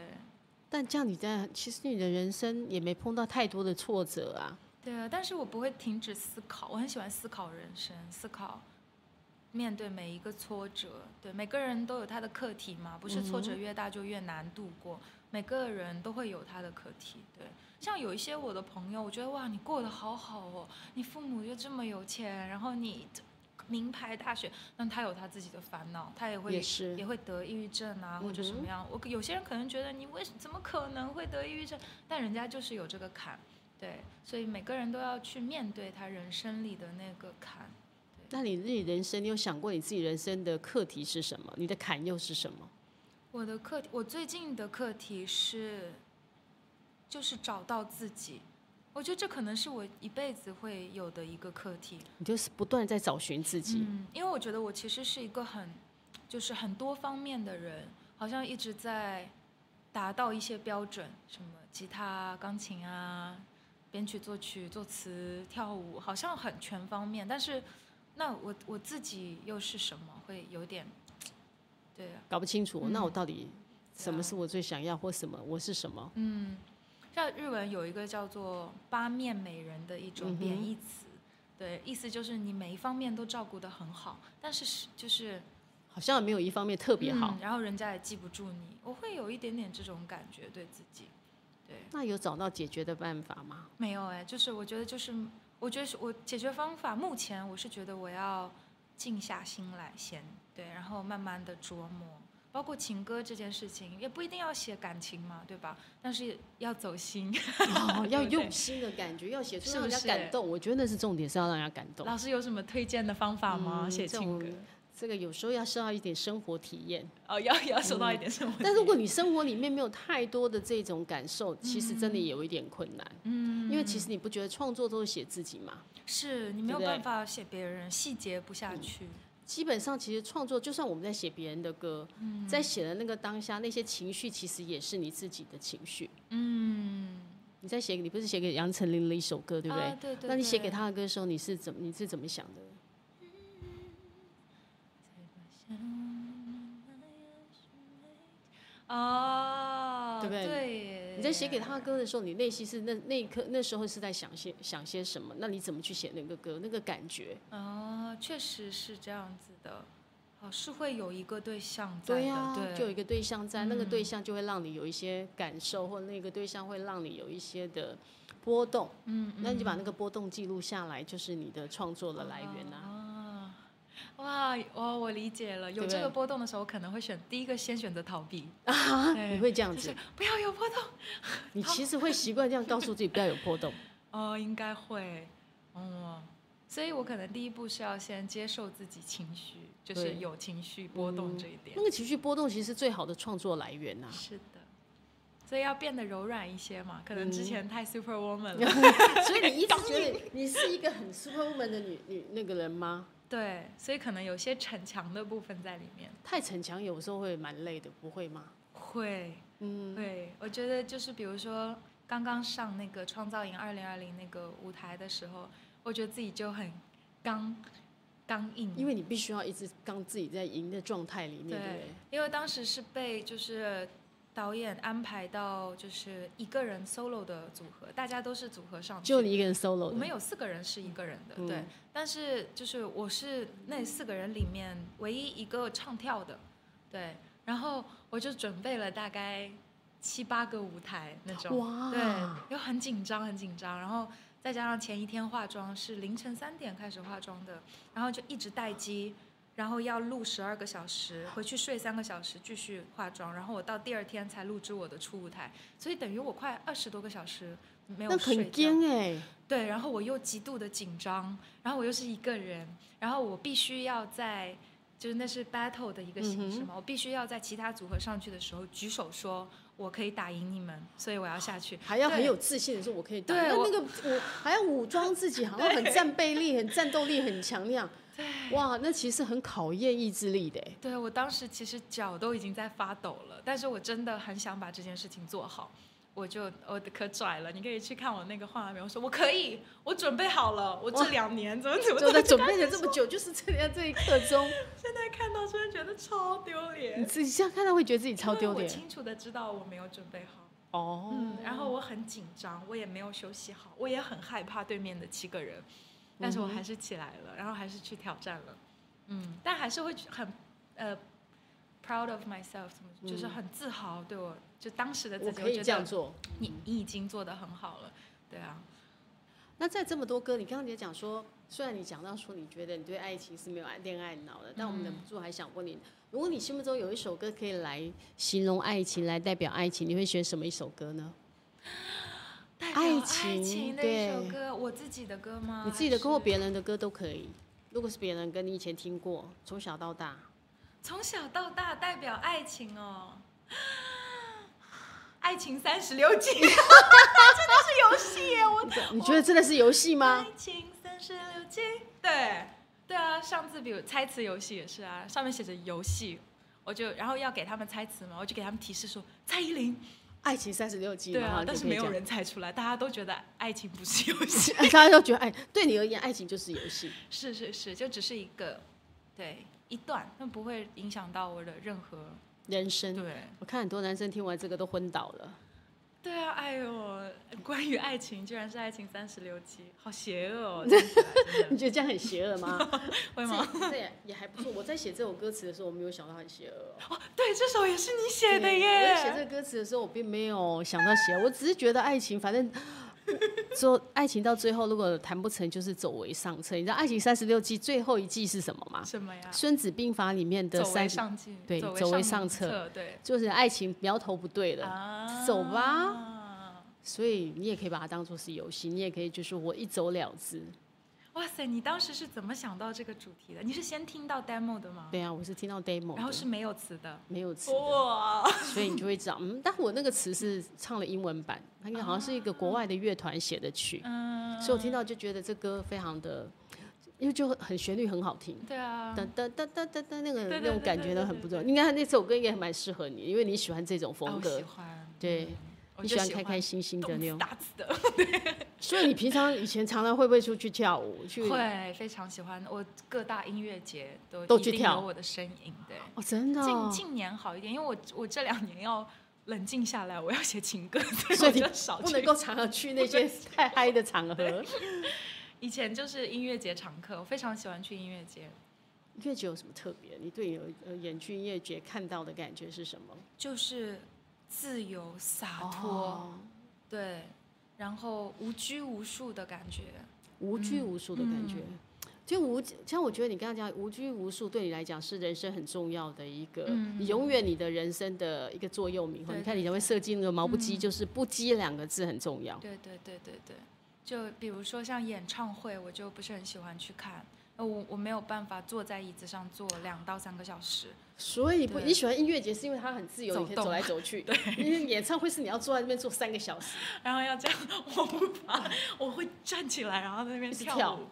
S2: 但这样你在，其实你的人生也没碰到太多的挫折啊。
S1: 对啊，但是我不会停止思考，我很喜欢思考人生，思考面对每一个挫折。对，每个人都有他的课题嘛，不是挫
S2: 嗯
S1: 折越大就越难度过，每个人都会有他的课题。对，像有一些我的朋友，我觉得哇，你过得好好哦，你父母又这么有钱，然后你这名牌大学，那他有他自己的烦恼，他也会
S2: 也是
S1: 也会得抑郁症啊，或者什
S2: 嗯
S1: 么
S2: 哼
S1: 样。我有些人可能觉得你为什怎么可能会得抑郁症，但人家就是有这个坎。对，所以每个人都要去面对他人生里的那个坎。
S2: 那你自己人生，你有想过你自己人生的课题是什么？你的坎又是什么？
S1: 我的课题，我最近的课题是，就是找到自己。我觉得这可能是我一辈子会有的一个课题。
S2: 你就是不断地在找寻自己。
S1: 嗯，因为我觉得我其实是一个很，就是很多方面的人，好像一直在达到一些标准，什么吉他、钢琴啊，编曲、作曲、作词、跳舞，好像很全方面。但是，那我我自己又是什么？会有点，对啊，
S2: 搞不清楚，
S1: 嗯
S2: 那我到底什么
S1: 对啊
S2: 是我最想要，或什么我是什么？
S1: 嗯，像日文有一个叫做“八面美人”的一
S2: 嗯
S1: 种
S2: 哼
S1: 贬义词，对，意思就是你每一方面都照顾得很好，但是是就是
S2: 好像没有一方面特别好。
S1: 嗯然后人家也记不住你，我会有一点点这种感觉对自己，对，
S2: 那有找到解决的办法
S1: (laughs)
S2: 吗？
S1: 没有哎，就是我觉得就是我觉得是我解决方法，目前我是觉得我要静下心来先，对，然后慢慢的琢磨。包括情歌这件事情，也不一定要写感情嘛，对吧？但是要走心，
S2: 哦，要
S1: 对不对
S2: 用心的感觉，要写出
S1: 是
S2: 让
S1: 不
S2: 人家
S1: 是
S2: 感动。我觉得那是重点，是要让人家感动。
S1: 老师有什么推荐的方法吗？
S2: 嗯
S1: 写情歌
S2: 这种这个有时候要受到一点生活体验，
S1: 哦，要要收到一点什么？
S2: 嗯但如果你生活里面没有太多的这种感受，其实真的有一点困难。
S1: 嗯，
S2: 因为其实你不觉得创作都是写自己嘛？
S1: 是你没有
S2: 对不对
S1: 办
S2: 嗯
S1: 法写别人，细节不下去。
S2: 基本上其实创作，就算我们在写别人的歌，
S1: 嗯
S2: 在写的那个当下，那些情绪其实也是你自己的情绪。
S1: 嗯，
S2: 你在写，你不是写给杨丞琳了一首歌，对不对？
S1: 啊对对
S2: 那你写给
S1: 对
S2: 他的歌的时候，你是怎么你是怎么想的？
S1: 哦，
S2: 对不对
S1: 对，
S2: 你在写给他的歌的时候，你内心是那那一刻那时候是在想些想些什么？那你怎么去写那个歌？那个感觉？
S1: 哦，确实是这样子的，哦，是会有一个对象在的，
S2: 对
S1: 对,、
S2: 呀、就有一个对象在，那个
S1: 嗯
S2: 对象就会让你有一些感受，或那个对象会让你有一些的波动。
S1: 嗯，
S2: 那你就把那个波动记录下来，就是你的创作的来源啊。
S1: 啊。哇，哦，我理解了。有
S2: 对不
S1: 这个
S2: 对
S1: 波动的时候，我可能会选第一个先选择逃
S2: (laughs)
S1: 避，
S2: 啊
S1: 对
S2: 你会这样
S1: 哎就
S2: 子
S1: 是，不要有波动。
S2: 你其实会习惯这样告诉自己不要有
S1: (laughs)
S2: 波动。
S1: 哦，应该会，嗯，所以我可能第一步是要先接受自己情绪，就是
S2: 对嗯
S1: 有情绪波动这一点
S2: 那。个情绪波动其实是最好的创作来源
S1: (laughs)
S2: 呐、
S1: 是的，所以要变得柔软一些嘛。可能之
S2: 嗯
S1: 前太 super woman 了，
S2: (laughs) 所以你一直觉得你是一个很 superwoman 的女女那个人吗？
S1: 对，所以可能有些逞强的部分在里面。
S2: 太逞强有时候会蛮累的，不会吗？
S1: 会，
S2: 嗯，
S1: 会，我觉得就是比如说刚刚上那个创造营二零二零那个舞台的时候，我觉得自己就很刚刚硬，
S2: 因为你必须要一直刚自己在赢的状态里面，对不
S1: 对
S2: 对？，
S1: 因为当时是被就是导演安排到就是一个人 solo 的组合，大家都是组合上去，
S2: 就你一个人 solo
S1: 我们
S2: 的，
S1: 有四个人是一个人的，
S2: 嗯
S1: 对，但是就是我是那四个人里面唯一一个唱跳的，对，然后我就准备了大概七八个舞台那种，
S2: 哇
S1: 对，又很紧张，很紧张，然后再加上前一天化妆是凌晨三点开始化妆的，然后就一直待机，然后要录十二个小时，回去睡三个小时，继续化妆，然后我到第二天才录制我的初舞台，所以等于我快二十多个小时没有
S2: 那
S1: 睡
S2: 很
S1: 觉。
S2: 坚哎、
S1: 对，然后我又极度的紧张，然后我又是一个人，然后我必须要在，就是那是 battle 的一个形
S2: 嗯
S1: 式嘛，我必须要在其他组合上去的时候举手说我可以打赢你们，所以我要下去。
S2: 还要很
S1: 对
S2: 有自信的说我可以打。
S1: 对
S2: 那
S1: 我
S2: 那个我还要武装自己，好像很战备力、很战斗力很强那样。哇，那其实很考验意志力的欸。
S1: 对我当时其实脚都已经在发抖了，但是我真的很想把这件事情做好，我就我可拽了，你可以去看我那个画面，我说我可以，我准备好了，我这两年
S2: (laughs)
S1: 怎么怎么
S2: 就
S1: 怎
S2: 在
S1: 么，
S2: 准备了这么久，就是这样这一刻钟，
S1: (laughs) 现在看到真的觉得超丢脸
S2: 你，自己现在看到会觉得自己超
S1: 因为
S2: 嗯丢
S1: 我
S2: 脸
S1: 清楚的知道我没有准备好。
S2: 哦。
S1: 嗯，然后我很紧张，我也没有休息好，我也很害怕对面的七个人，但
S2: 嗯
S1: 是我还是起来了，然后还是去挑战了，嗯，但还是会觉很呃 proud of myself，怎么说就是很自豪，对我就当时的自己，
S2: 嗯我可以
S1: 觉
S2: 这样
S1: 得
S2: 做。
S1: 你你已经做得很好了，对啊，
S2: 那在这么多歌，你刚刚也讲说，虽然你讲到说你觉得你对爱情是没有爱恋爱脑的，
S1: 嗯
S2: 但我们忍不住还想问你，如果你心目中有一首歌可以来形容爱情，来代表爱情，你会选什么一首歌呢？
S1: 代表
S2: 爱
S1: 爱
S2: 情
S1: 的一首
S2: 对
S1: 歌，我自己的歌吗？
S2: 你自己的歌或
S1: 还是
S2: 别人的歌都可以。如果是别人跟你以前听过，从小到大，
S1: 从小到大代表爱情哦， (gasps) 爱情三十六计，真 (laughs) 的是游戏耶，我
S2: 你觉得真的是游戏吗
S1: 爱？情三十六计。对，对啊，上次比如猜词游戏也是啊，上面写着游戏，我就然后要给他们猜词嘛，我就给他们提示说蔡依林。
S2: 爱情三十六计
S1: 对
S2: 嘛，
S1: 啊
S2: 哈，
S1: 但
S2: 就是可以
S1: 没
S2: 这
S1: 有
S2: 样。
S1: 人猜出来，大家都觉得爱情不是游戏。
S2: 大家都觉得爱，对你而言，爱情就是游戏。
S1: 是是是，就只是一个，对一段，那不会影响到我的任何。
S2: 人生。
S1: 对
S2: 我看很多男生听完这个都昏倒了。
S1: 对啊，哎呦，关于爱情居然是爱情三十六计，好邪恶哦！听起来真
S2: (laughs)
S1: 的
S2: 你觉得这样很邪
S1: (laughs)
S2: 恶吗？
S1: 会吗？
S2: 这这也也还不错。我在写这首歌词的时候，我没有想到很邪恶哦。
S1: 哦，对，这首也是你写的
S2: 对我在写这
S1: 耶。
S2: 个歌词的时候，我并没有想到邪恶，我只是觉得爱情，反正说 (laughs) 爱情到最后如果谈不成，就是走为上策。你知道《爱情三十六计》最后一计是什么吗？
S1: 什么呀？
S2: 《孙子兵法》里面的
S1: 啊走为
S2: 三十，
S1: 上计，
S2: 对走
S1: 走
S2: 为上
S1: 上
S2: 策
S1: 策，对
S2: 就是爱情苗头不对了。
S1: 啊
S2: 走吧。所以你也可以把它当做是游戏，你也可以就是我一走了之。
S1: 哇塞，你当时是怎么想到这个主题的？你是先听到 demo 的吗？
S2: 对啊，我是听到 demo，
S1: 然后
S2: 的
S1: 是没有词的。
S2: 没有词，
S1: 哇，
S2: (laughs) 所以你就会知道，嗯，但我那个词是唱了英文版，它应该好像是一个国外的乐团写的曲，
S1: 嗯，
S2: 所以我听到就觉得这歌非常的因为就很旋律很好听，
S1: 对啊，
S2: 哒哒哒哒哒哒，那个
S1: 对对
S2: 那种
S1: 对
S2: 感
S1: 对对
S2: 觉都很
S1: 对
S2: 不错。
S1: 对
S2: 应该那首歌应该蛮适合你，因为你喜欢这种
S1: 啊
S2: 风
S1: 我
S2: 格
S1: 喜，欢，
S2: 对
S1: 嗯，我
S2: 你
S1: 就
S2: 喜欢
S1: 喜
S2: 开开心心的
S1: 动
S2: 那
S1: 次
S2: 种。
S1: 打次的，
S2: 所以你平常以前常常会不会出去跳舞？去
S1: 会非常喜欢。我各大音乐节都
S2: 都
S1: 一
S2: 去
S1: 定
S2: 跳
S1: 有我的身影，对。
S2: 哦，真的哦、
S1: 近近年好一点，因为我我这两年要冷静下来，我要写情
S2: (laughs)
S1: 歌，
S2: 所
S1: 所
S2: 以
S1: 以
S2: 你
S1: 我就少
S2: 不能
S1: 去。
S2: 够常常去那些太嗨的场
S1: (laughs)
S2: 合。
S1: 以前就是音乐节常客，我非常喜欢去音乐节，
S2: 音乐节有什么特别？你对有呃演去音乐节看到的感觉是什么？
S1: 就是自由洒啊脱，
S2: 哦
S1: 对，然后无拘无束的感觉。
S2: 无拘无束的感
S1: 嗯
S2: 觉。就无，像我觉得你刚刚讲无拘无束，对你来讲是人生很重要的一个，
S1: 嗯
S2: 你永远你的人生的一个座右铭。哦
S1: 对嗯
S2: 你看你才会设计那个毛不羁，就是不羁两个字很重要。
S1: 对对对对对，就比如说像演唱会，我就不是很喜欢去看，呃我我没有办法坐在椅子上坐两到三个小时。
S2: 所以不
S1: 对
S2: 你喜欢音乐节是因为它很自由，
S1: 走
S2: 你可以走
S1: 动
S2: 来走
S1: (laughs)
S2: 去。因为演唱会是你要坐在那边坐三个小时。
S1: 然后要这样，我不怕，我会站起来，然后在那边
S2: 一直
S1: 跳舞。
S2: 跳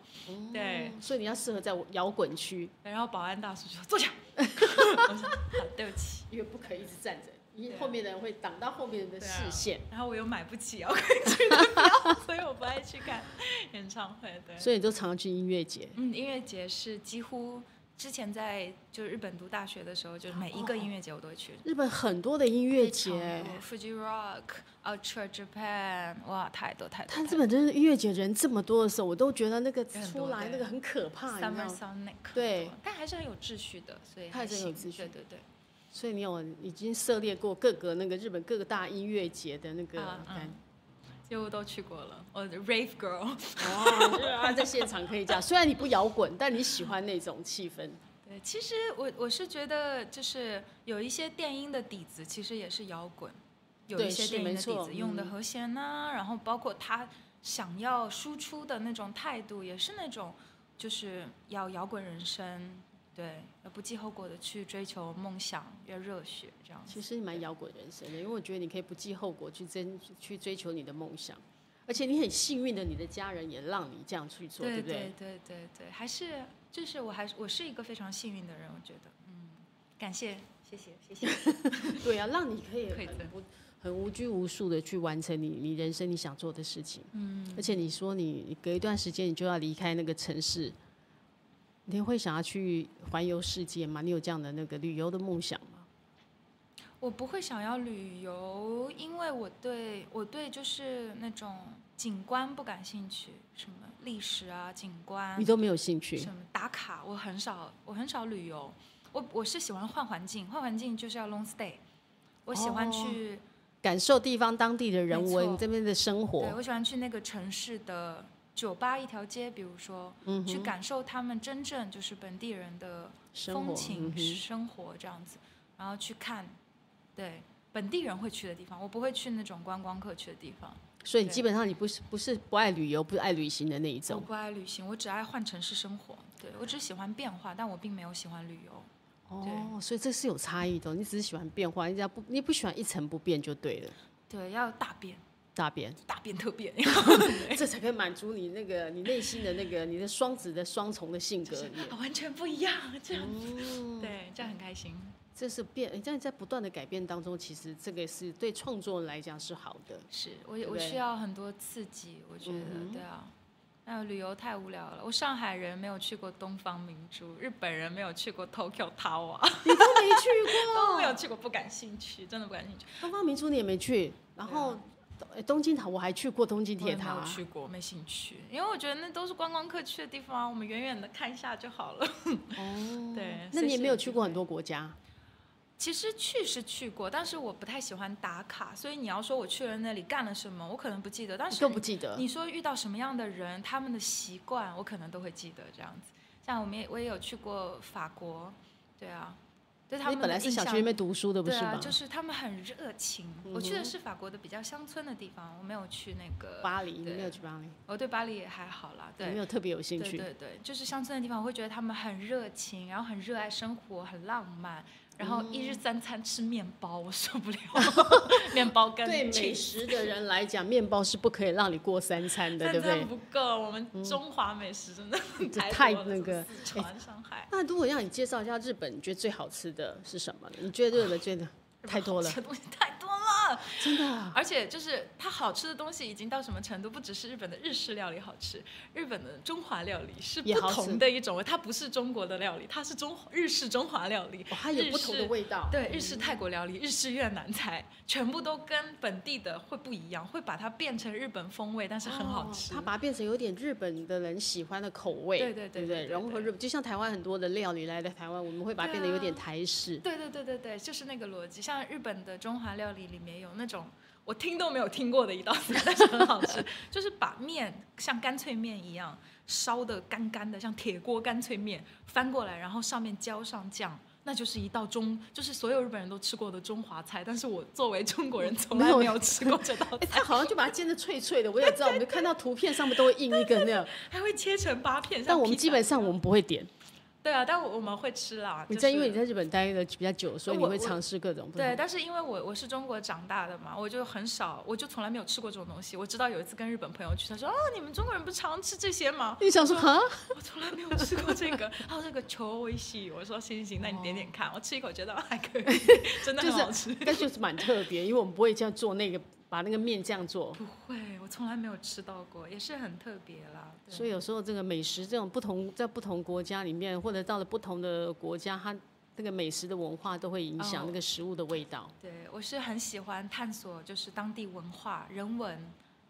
S1: 对
S2: 哦，所以你要适合在摇滚区，
S1: 然后保安大叔就说坐下， (laughs) 我说好，对不起。
S2: 因为不可以一直站着，因为
S1: 对啊
S2: 后面的人会挡到后面人的
S1: 对啊
S2: 视线。
S1: 然后我又买不起要回去的票， (laughs) 所以我不爱去看演唱会。对，
S2: 所以你都常常去音乐节。
S1: (laughs) 嗯，音乐节是几乎之前在就日本读大学的时候，就是每一个音乐节我都会去。
S2: 日本很多的音乐
S1: 非
S2: 节
S1: 常，多，Fuji Rock、Ultra Japan，哇，太多太多。
S2: 看日本真的音乐节人这么多的时候，我都觉得那个
S1: 很多
S2: 出来
S1: 对
S2: 那个很可怕，你知道
S1: Summer
S2: 吗？
S1: Sonic，
S2: 对
S1: 很多，但还是很有秩序的，所以
S2: 它还是很有
S1: 行
S2: 秩序
S1: 对对对。
S2: 所以你有已经涉猎过各个那个日本各个大音乐节的那个
S1: 啊嗯
S2: 感
S1: 几乎都去过了，我 rave girl，
S2: 哦， (laughs) 他在现场可以讲，虽然你不摇滚，但你喜欢那种气氛。
S1: 对，其实我我是觉得，就是有一些电音的底子，其实也是摇滚，有
S2: 对
S1: 一些
S2: 是
S1: 电音
S2: 没
S1: 的
S2: 错
S1: 底子用的
S2: 嗯
S1: 和弦呐、然后包括他想要输出的那种态度，也是那种就是要摇滚人生，对，要不计后果的去追求梦想，要热血这样
S2: 其
S1: 子。
S2: 实你蛮摇滚人生的，因为我觉得你可以不计后果去争去追求你的梦想，而且你很幸运的，你的家人也让你这样去做，
S1: 对
S2: 不
S1: 对对对对，还是就是我还是我是一个非常幸运的人，我觉得，嗯，感谢，谢谢，谢谢。
S2: (laughs) 对啊，让你可以
S1: 可以
S2: 很
S1: 的
S2: 不很无拘无束的去完成你你人生你想做的事情。
S1: 嗯，
S2: 而且你说你你隔一段时间你就要离开那个城市，你会想要去环游世界吗？你有这样的那个旅游的梦想吗？
S1: 我不会想要旅游，因为我对我对就是那种景观不感兴趣，什么历史啊、景观
S2: 你，都没有兴趣
S1: 什么打卡，我很少，我很少旅游。我我是喜欢换环境，换环境就是要 long stay。我喜欢
S2: 哦
S1: 去，
S2: 感受地方当地的人
S1: 没
S2: 文
S1: 错
S2: 这边的生
S1: 对
S2: 活，
S1: 我喜欢去那个城市的酒吧一条街，比如说，
S2: 嗯
S1: 去
S2: 哼，
S1: 感受他们真正就是本地人的
S2: 生
S1: 风
S2: 活，嗯
S1: 情、
S2: 哼，
S1: 生活这样子，然后去看，对本地人会去的地方，我不会去那种观光客去的地方。
S2: 所以你
S1: 对
S2: 基本上你不是不是不爱旅游，不爱旅行的那一
S1: 我
S2: 种。
S1: 不爱旅行，我只爱换城市生活。对我只喜欢变化，但我并没有喜欢旅游。
S2: 哦，所以这是有差异的哦。你只是喜欢变化，人家不，你不喜欢一成不变就对了。
S1: 对，要大变，
S2: 大变，
S1: 大变特变，
S2: (laughs) 这才可以满足你那个你内心的那个你的双子的双重的性格。你
S1: (laughs) 完全不一样，这样子。
S2: 嗯，
S1: 对，这样很开心。
S2: 这是变，诶这样在不断的改变当中，其实这个是对创作人来讲是好
S1: (laughs)
S2: 的。
S1: 是我
S2: 对不
S1: 我
S2: 对
S1: 需要很多刺激，我觉得、
S2: 嗯哼
S1: 对啊。那旅游太无聊了，我上海人没有去过东方明珠，日本人没有去过 Tokyo Tower，
S2: 你都没去过，
S1: 都没有去过，不感兴趣，真的不感兴趣。
S2: 东方明珠你也没去，然后诶东京塔我还去过东京
S1: 啊我也
S2: 铁
S1: 没
S2: 塔
S1: 有，去过，没兴趣，因为我觉得那都是观光客去的地方，我们远远的看一下就好了。(laughs)
S2: 哦，
S1: 对
S2: 那
S1: 所以
S2: 你也
S1: 是
S2: 没有
S1: 有
S2: 去
S1: 机
S2: 过很
S1: 会
S2: 多国家。
S1: (laughs) 其实去是去过，但是我不太喜欢打卡，所以你要说我去了那里干了什么，我可能不记得。但
S2: 你
S1: 是
S2: 更不记得
S1: 你说遇到什么样的人，他们的习惯，我可能都会记得这样子。像我们也我也有去过法国，对啊，对他
S2: 你
S1: 们
S2: 本来
S1: 的
S2: 是
S1: 印
S2: 想
S1: 象
S2: 去那边读书的，不
S1: 对
S2: 是
S1: 啊，
S2: 吗？
S1: 就是他们很热情。我去的是法国的比较乡村的地方，我没有去那个，
S2: 巴黎，你
S1: 对
S2: 没有去巴黎，
S1: 我对巴黎也还好啦，
S2: 你没
S1: 对。
S2: 有特别有兴
S1: 对
S2: 趣。
S1: 对对，就是乡村的地方，我会觉得他们很热情，然后很热爱生活，很浪漫，然后一
S2: 嗯
S1: 日三餐吃面包，我受
S2: (laughs)
S1: 不了，面包跟
S2: 对
S1: cheese
S2: 美食的人来讲，面包是不可以让你过三餐的，对
S1: 但
S2: 不
S1: 真
S2: 对嗯
S1: 的？不够，我们中华美食
S2: (laughs)
S1: 真的太
S2: 太
S1: 多了
S2: 那个哎
S1: 四川、上海，
S2: 那如果让你介绍一下日本，你觉得最好吃的是什么呢？你觉得日本最
S1: 啊
S2: 的太多了
S1: 这，东西太多了。
S2: 真的啊、
S1: 而且就是它好吃的东西已经到什么程度？不只是日本的日式料理好吃，日本的中华料理是
S2: 也
S1: 不
S2: 好吃
S1: 同的一种，它不是中国的料理，它是中日式中华料理，
S2: 哦，它有不同的
S1: 日式
S2: 味道。
S1: 对，日式泰国料理、日式越南菜，全部都跟本地的会不一样，会把它变成日本风味，但是很好吃。
S2: 哦它把它变成有点日本的人喜欢的口味，
S1: 对对对
S2: 不
S1: 对对
S2: 融合日本，就像台湾很多的料理来的台湾，我们会把它变得有点台式。
S1: 对啊对对对对，就是那个逻辑。像日本的中华料理里面有那种我听都没有听过的一道菜，但是很好 (laughs) 吃，就是把面像干脆面一样烧的干干的，像铁锅干脆面翻过来，然后上面浇上酱。那就是一道中，就是所有日本人都吃过的中华菜，但是我作为中国人从
S2: 没
S1: 来
S2: 有
S1: 没有吃过这 (laughs) 道
S2: 哎，
S1: 菜
S2: 它，好像就把它煎的脆脆的，我也知道，我们就看到图片上面都会印
S1: (laughs)
S2: 一个那样，
S1: 还会切成八片。像
S2: 但我们
S1: 披萨
S2: 基本上我们不
S1: (laughs)
S2: 会点。
S1: 对啊，但我我们会吃啦。
S2: 你
S1: 就
S2: 在
S1: 是
S2: 因为你在日本待的比较久，所以你
S1: 我
S2: 会
S1: 我
S2: 尝试各种不同
S1: 对，。但是因为我我是中国长大的嘛，我就很少，我就从来没有吃过这种东西。我直到有一次跟日本朋友去，他说：“哦，你们中国人不常吃这些吗 (laughs)
S2: 你想说啊？？”
S1: 我从来没有吃过这个。 (laughs) 他说：“这个球微细。”我说：“行行行，那你点点看。”我吃一口觉得还
S2: (laughs)
S1: 可以，真的
S2: 哦就
S1: 很
S2: 是
S1: 好吃。
S2: 但就是蛮特别，因为我们不会这样做那个，把那个面这样做。
S1: 不会，我从来没有吃到过，也是很特别啦。对
S2: 所以有时候这个美食这种不同，在不同国家里面，或者到了不同的国家，它那个美食的文化都会影
S1: 哦
S2: 响那个食物的味道。
S1: 对，我是很喜欢探索，就是当地文化、人文，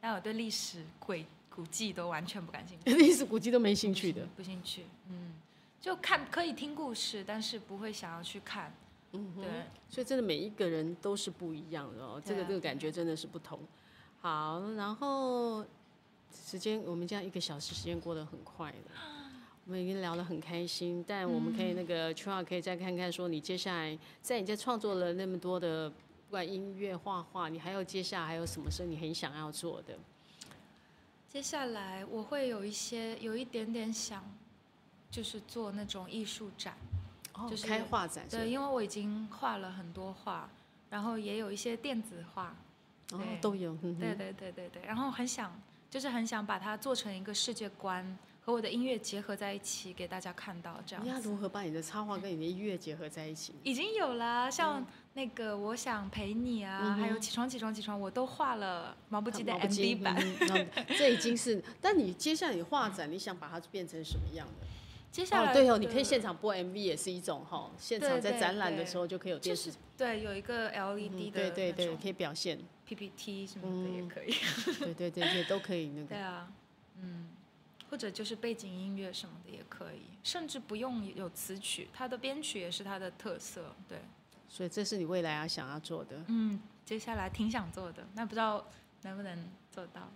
S1: 但我对历史、鬼古迹都完全不感兴趣。
S2: (laughs) 历史古迹都没兴趣的，
S1: 不兴趣，嗯，就看可以听故事，但是不会想要去看，
S2: 嗯哼，
S1: 对，
S2: 所以真的每一个人都是不一样的哦，这
S1: 对
S2: 个
S1: 啊
S2: 这个感觉真的是不同。好，然后时间我们这样一个小时时间过得很快
S1: 啊
S2: 了，我们已经聊得很开心，但我们可以
S1: 嗯
S2: 那个秋儿可以再看看说你接下来在你在创作了那么多的不管音乐、画画，你还有接下来还有什么是你很想要做的？
S1: 接下来我会有一些有一点点想，就是做那种艺术展，
S2: 哦
S1: 就是
S2: 开画展是吧
S1: 对，因为我已经画了很多画，然后也有一些电子画，
S2: 哦
S1: 对
S2: 都有，嗯哼
S1: 对对对对对，然后很想就是很想把它做成一个世界观。和我的音乐结合在一起，给大家看到这样
S2: 你要
S1: 子，
S2: 如何把你的插画跟你的音乐结合在一起呢？
S1: 已经有啦，像那个我想陪你啊，
S2: 嗯嗯哼
S1: 还有起床起床起床，我都画了毛不
S2: 不嗯
S1: 羁的 MV 版，
S2: 这已经是。但你接下来你画展，你想把它变成什么样的？
S1: 接下来、
S2: 哦，对哦，你可以现场播 MV 也是一场哈，现场
S1: 对
S2: 在
S1: 对
S2: 展览的
S1: 对
S2: 时候就可以有电视，
S1: 对有一个
S2: 嗯
S1: LED
S2: 对
S1: 的
S2: 对
S1: 那
S2: 对，
S1: 种
S2: 可以
S1: (laughs)
S2: 表现，
S1: PPT 什么的也
S2: 嗯
S1: 可以。
S2: 对对对对，都可以那
S1: 对
S2: 个。
S1: 啊，嗯，或者就是背景音乐什么的也可以，甚至不用有词曲，它的编曲也是它的特色。对，
S2: 所以这是你未来要啊想要做的。
S1: 嗯，接下来挺想做的，那不知道能不能做到？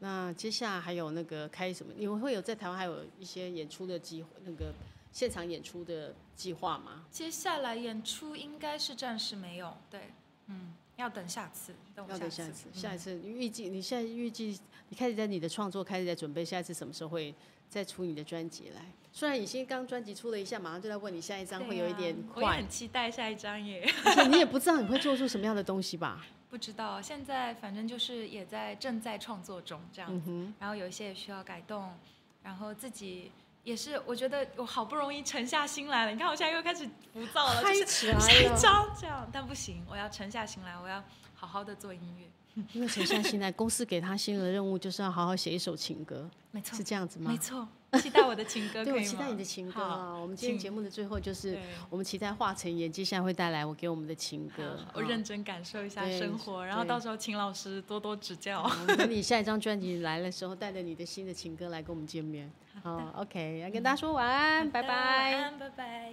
S2: 那接下来还有那个开什么？你们会有在台湾还有一些演出的机会，那个现场演出的计划吗？
S1: 接下来演出应该是暂时没有，对，嗯，要等下次，等我
S2: 要等下
S1: 次
S2: 一次，，
S1: 嗯
S2: 下一次你预计你现在预计你开始在你的创作开始在准备，下一次什么时候会再出你的专辑来？虽然你先刚专辑出了一下，马上就在问你下一张
S1: 对
S2: 会有一点
S1: 啊我也
S2: 快
S1: 很，期待下一张耶。 (laughs)
S2: 而且 (laughs) 你也不知道你会做出什么样的东西吧？ (laughs)
S1: 不知道，现在反正就是也在正在创作中这样
S2: 嗯
S1: 子，
S2: 哼，
S1: 然后有一些也需要改动，然后自己也是，我觉得我好不容易沉下心来了，你看我现在又开始浮躁了，就
S2: 嗨
S1: 是
S2: 起来
S1: 下一
S2: 了，
S1: 张这样，但不行，我要沉下心来，我要好好的做音乐，
S2: 因为沉下心来，公司给他新的任务就是要好好写一首情歌，
S1: 没错
S2: 是，这样子吗
S1: 没？错，期待我的情歌，
S2: 对，
S1: 可
S2: 我
S1: 以
S2: 期待
S1: 吗
S2: 你的情歌
S1: 好
S2: 啊！我们今天
S1: 请
S2: 节目的最后就是
S1: 对，
S2: 我们期待华晨妍接下来会带来我给我们的情歌
S1: 好。我
S2: 啊
S1: 认真感受一下
S2: 对
S1: 生活，然后
S2: 对
S1: 到时候请老师多多指教。
S2: 好我们等你下一张专辑来的时候，带着你的新的情歌来跟我们见面。好，OK，要跟大家说晚安，拜
S1: 好的晚 (laughs)
S2: 拜。
S1: 安，拜拜。